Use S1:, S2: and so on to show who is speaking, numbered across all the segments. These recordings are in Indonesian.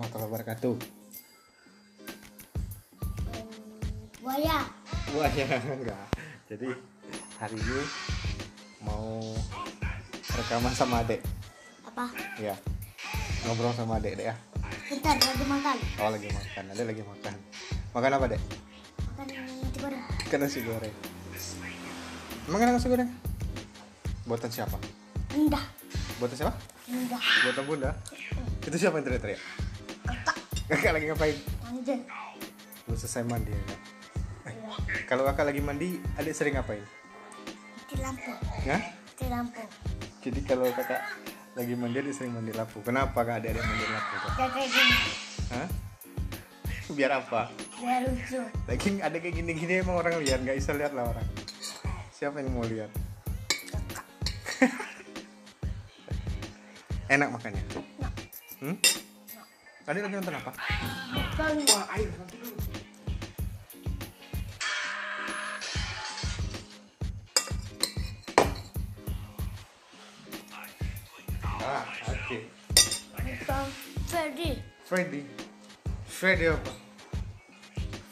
S1: wabarakatuh.
S2: buaya
S1: Wah ya enggak. Jadi hari ini mau rekaman sama adek
S2: apa
S1: ya ngobrol sama adek deh ya
S2: bentar lagi makan
S1: oh lagi makan adek lagi makan makan apa dek
S2: makan itu goreng
S1: Makan nasi goreng emang enak nasi goreng buatan siapa
S2: indah
S1: buatan siapa
S2: indah
S1: buatan bunda itu siapa yang teriak-teriak
S2: kakak
S1: kakak lagi ngapain
S2: lanjut
S1: belum selesai mandi ya kalau kakak lagi mandi adik sering ngapain
S2: mati lampu
S1: Hah?
S2: mati lampu
S1: jadi kalau kakak lagi mandi adik sering mandi lapu kenapa kak adik adik mandi lapu kak?
S2: kayak kayak gini
S1: Hah? biar apa
S2: biar lucu
S1: lagi ada kayak gini-gini emang orang lihat nggak bisa lihat lah orang siapa yang mau lihat enak makannya hmm? tadi lagi nonton apa
S2: kan
S1: ah oke
S2: bukan Freddy
S1: Freddy Freddy apa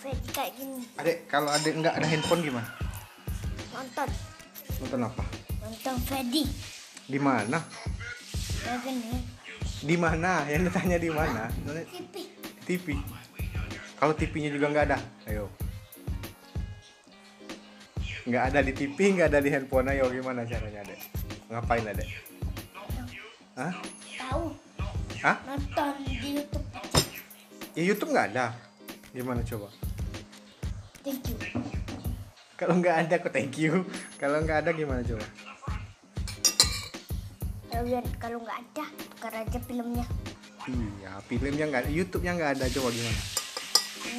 S2: Freddy kayak gini
S1: adek kalau adek nggak ada handphone gimana
S2: nonton
S1: nonton apa
S2: nonton Freddy
S1: di mana
S2: kayak gini
S1: di mana yang ditanya di mana Nontonnya
S2: tipi
S1: TV kalau TV-nya juga nggak ada ayo nggak ada di TV nggak ada di handphone ayo gimana caranya dek ngapain adek Hah?
S2: tahu
S1: Hah?
S2: nonton di YouTube
S1: Ya, YouTube nggak ada gimana coba
S2: thank you
S1: kalau nggak ada aku thank you kalau nggak ada gimana coba
S2: kalau Ya, biar kalau nggak ada tukar aja filmnya
S1: iya filmnya nggak ada YouTube nya nggak ada coba gimana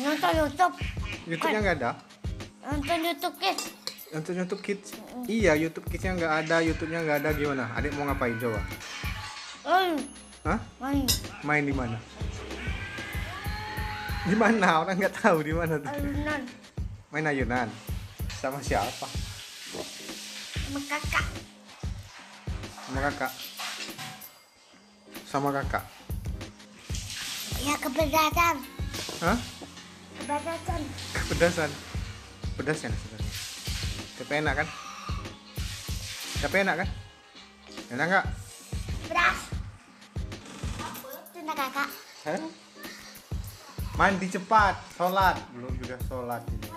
S2: nonton YouTube
S1: YouTube nya nggak ada
S2: nonton YouTube guys
S1: untuk YouTube Kids iya YouTube Kids nya nggak ada YouTube nya nggak ada gimana adek mau ngapain coba
S2: oh
S1: Hah?
S2: main
S1: main di mana di mana orang nggak tahu di mana tuh
S2: alunan
S1: main ayunan sama siapa
S2: sama kakak
S1: sama kakak sama kakak
S2: ya kebedasan
S1: hah
S2: kebedasan
S1: kepedasan pedas ya sebenarnya tapi enak kan tapi enak kan enak nggak
S2: beras itu nak kakak
S1: Hah? mandi cepat sholat belum juga sholat ini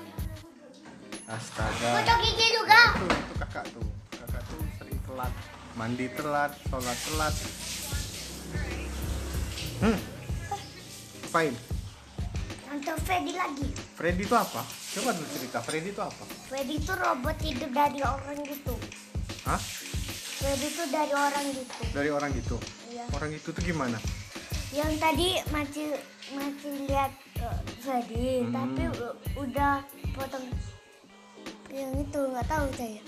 S1: astaga
S2: bocok gigi juga
S1: Tuh, itu kakak tuh kakak tuh sering telat mandi telat sholat telat hmm apain
S2: nonton Freddy lagi
S1: Freddy itu apa coba dulu cerita Freddy itu apa
S2: Freddy itu robot hidup dari orang gitu
S1: Hah?
S2: Freddy itu dari orang gitu
S1: dari orang gitu
S2: Iya.
S1: orang itu tuh gimana
S2: yang tadi masih masih lihat eh, Freddy
S1: Hmm.
S2: tapi u- udah potong yang itu nggak tahu saya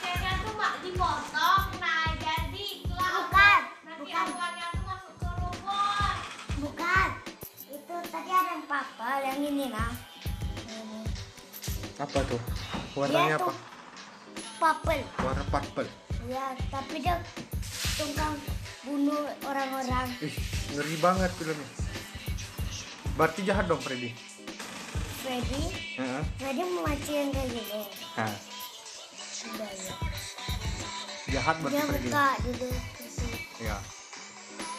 S3: Kayaknya tuh mak dipotong, nah jadi kelar.
S2: bukan
S3: Nanti
S2: bukan
S3: awannya tuh masuk ke robot.
S2: bukan itu tadi ada yang papa yang ini nah Yang ini.
S1: apa tuh warnanya
S2: dia
S1: apa
S2: Iya, tuh purple
S1: warna purple
S2: ya tapi dia tukang bunuh orang-orang
S1: ih ngeri banget filmnya berarti jahat dong Freddy
S2: Freddy
S1: Heeh.
S2: Freddy memacu yang kayak gini
S1: Nah,
S2: Udah, ya.
S1: jahat berarti
S2: dia
S1: Freddy
S2: buka duduk ke sini.
S1: ya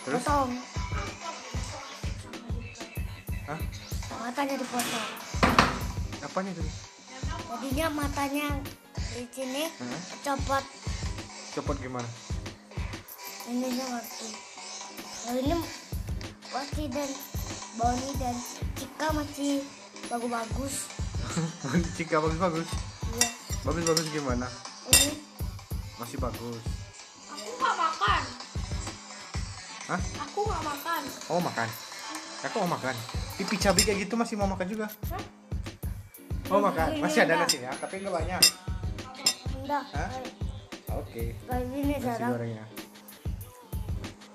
S1: terus
S2: potong
S1: Hah?
S2: matanya dipotong
S1: apanya tuh
S2: jadinya matanya di sini
S1: Heeh.
S2: copot
S1: copot gimana
S2: ininya mati kalau ini Wati dan Boni dan Cika masih bagus-bagus
S1: Cika bagus bagus
S2: ya
S1: bagus bagus gimana
S2: ini
S1: masih bagus
S3: Aku nggak makan.
S1: hah
S3: Aku nggak makan.
S1: oh makan aku mau makan pipi cabai kayak gitu masih mau makan juga
S3: Hah?
S1: mau Oh, makan
S2: Ini
S1: masih ada
S2: enggak.
S1: nasinya tapi nggak banyak
S2: enggak
S1: Hah?
S2: kayak-
S1: oke
S2: kayak gini
S1: nasi
S2: sekarang
S1: gorengnya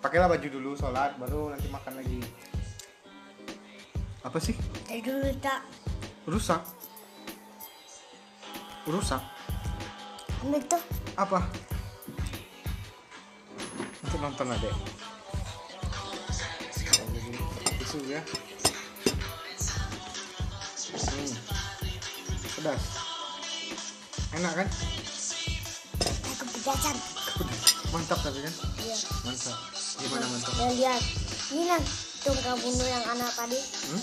S1: pakailah baju dulu sholat baru nanti makan lagi apa sih
S2: dari dulu tak
S1: rusak rusak
S2: ambil tuh
S1: apa untuk nonton adek Tisu ya Hmm. pedas enak kan
S2: Aku kepedasan.
S1: mantap tapi kan
S2: Iya.
S1: mantap gimana mantap
S2: Dan lihat, ini lah tungkah bunuh yang anak tadi.
S1: hmm?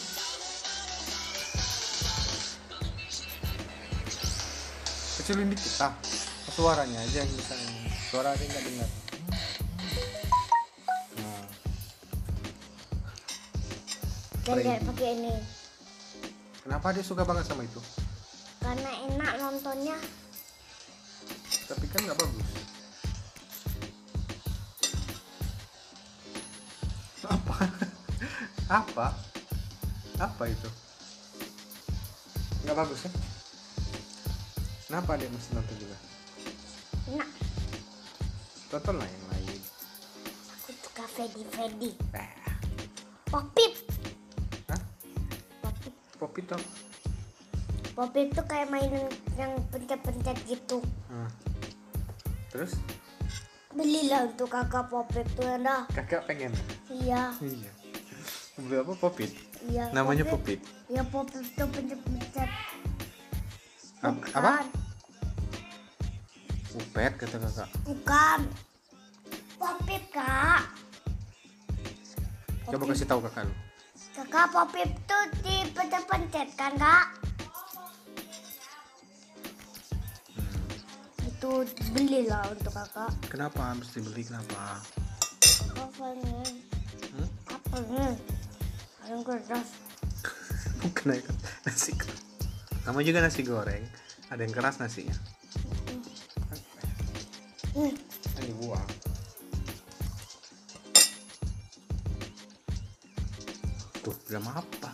S1: kecilin dikit ah suaranya aja yang bisa ini. suara aja nggak dengar nah,
S2: Dan
S1: Keren.
S2: lihat pakai ini.
S1: kenapa dia suka banget sama itu
S2: Karena enak nontonnya.
S1: tapi kan nggak bagus apa apa apa itu nggak bagus ya kenapa dia mesti nonton juga
S2: Enak.
S1: tonton lah yang lain
S2: Aku suka Freddy Freddy.
S1: eh
S2: Popip.
S1: hah?
S2: Popip.
S1: pop itu
S2: Popip tuh kayak mainan yang pencet-pencet gitu.
S1: Hah. terus
S2: Belilah untuk kakak Popip tuh anda.
S1: kakak pengen
S2: Iya.
S1: iya beli apa popit
S2: Iya.
S1: namanya
S2: Popip.
S1: popit
S2: Ya Popip tuh pencet-pencet.
S1: Ap- apa upet kata kakak
S2: Bukan. Popip kak.
S1: coba kasih tahu kakak lu
S2: Kakak Popip tuh dipencet-pencet kan kak? Itu belilah untuk kakak.
S1: Kenapa mesti beli kenapa?
S2: Kakak pengen
S1: Hmm?
S2: apa nih? Kalian kertas.
S1: Bukan ya, nasi goreng. Kamu juga nasi goreng. Ada yang keras nasinya.
S2: Hmm.
S1: Ini buah. Tuh, bilang apa?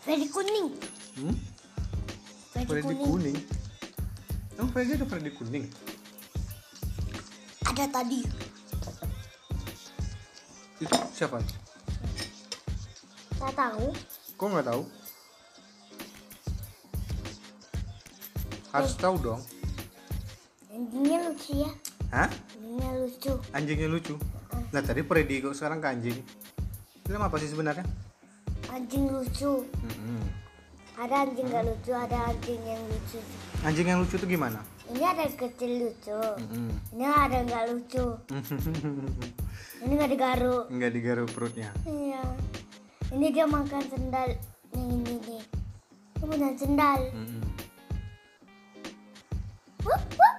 S2: Freddy kuning.
S1: Hmm?
S2: Freddy
S1: Freddy
S2: kuning.
S1: kuning. Emang Freddy ada Freddy kuning?
S2: Ada tadi.
S1: Itu siapa?
S2: Saya tahu.
S1: Kok nggak tahu? Harus tahu dong.
S2: Anjingnya lucu ya.
S1: Hah?
S2: Anjingnya lucu.
S1: Anjingnya lucu. Nah tadi Freddy kok sekarang ke anjing. Film apa sih sebenarnya?
S2: Anjing lucu. Ada anjing gak lucu, ada anjing yang lucu.
S1: Anjing yang lucu itu gimana?
S2: Ini ada yang kecil lucu. Ini ada yang gak lucu. Ini gak digaruk.
S1: Nggak digaruk perutnya.
S2: Iya. Ini dia makan sendal yang ini nih. Dia punya sendal. Wup, wup.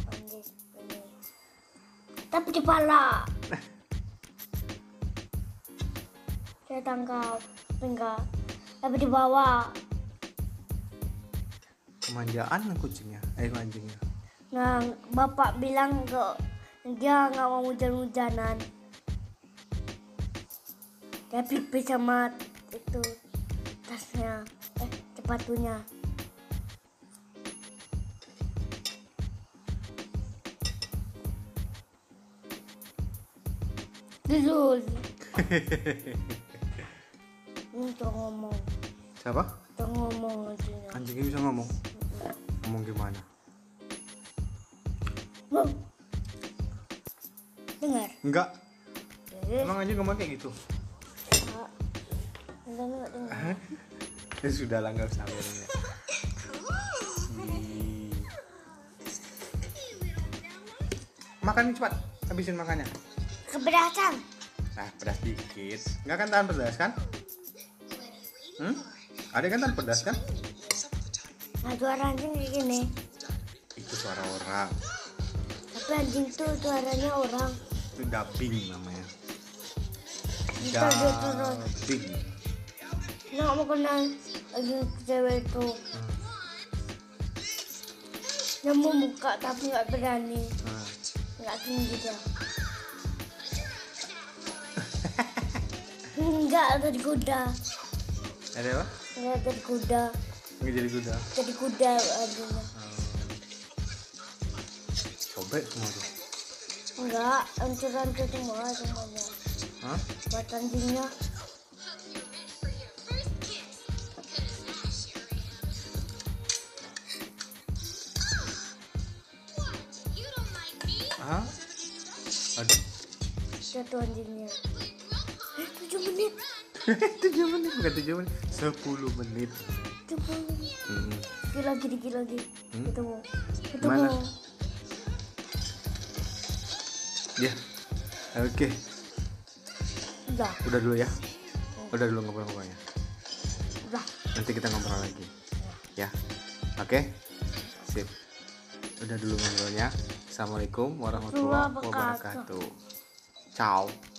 S2: Dipanggil ini. Tapi di pala. Saya tangkap enggak. Tapi di bawah.
S1: Kemanjaan kucingnya, eh anjingnya.
S2: Nah, bapak bilang ke dia nggak mau hujan-hujanan. Dia pipis sama itu tasnya, eh sepatunya. Dulu. Untuk ngomong,
S1: Siapa?
S2: untuk ngomong dia.
S1: Anjingnya bisa ngomong. Ngomong gimana?
S2: Wow. Dengar.
S1: Enggak.
S2: Jadi,
S1: Emang anjing ngomong kayak gitu?
S2: Kak, enggak, enggak, enggak.
S1: Ya sudah lah nggak usah ngomongnya. Ih. Makan cepat, habisin makannya.
S2: Keberatan.
S1: Nah, pedas dikit. Nggak kan tahan pedas kan? Hmm? Ada kan tahan pedas kan?
S2: Nah, suara anjing kayak gini.
S1: Itu suara orang.
S2: Tapi anjing tuh suaranya orang.
S1: Itu dubbing namanya.
S2: Itu dia turun.
S1: Dubbing.
S2: Dia nggak mau kenal anjing cewek itu. Dia mau buka tapi nggak berani.
S1: Nah,
S2: Nggak tinggi dia. Enggak, dari kuda.
S1: Ada apa?
S2: Enggak, dari kuda.
S1: Nggak jadi gudang.
S2: Jadi kuda anjingnya.
S1: Sobek semua tuh.
S2: Enggak, hancur-hancur semua semuanya.
S1: Hah?
S2: Buat anjingnya.
S1: Hah? Aduh.
S2: satu anjingnya. Eh, tujuh menit
S1: 7 menit bukan 7 menit 10 menit
S2: Tunggu.
S1: hmm.
S2: Dikit lagi, dikit lagi.
S1: Hmm?
S2: Ketemu.
S1: Mana?
S2: Ketemu.
S1: ya oke
S2: Udah,
S1: udah dulu ya udah dulu ya. ngobrol-ngobrolnya
S2: udah.
S1: nanti kita ngobrol lagi ya oke sip udah dulu ngobrolnya assalamualaikum warahmatullahi
S2: Warahmatullahi
S1: wabarakatuh ciao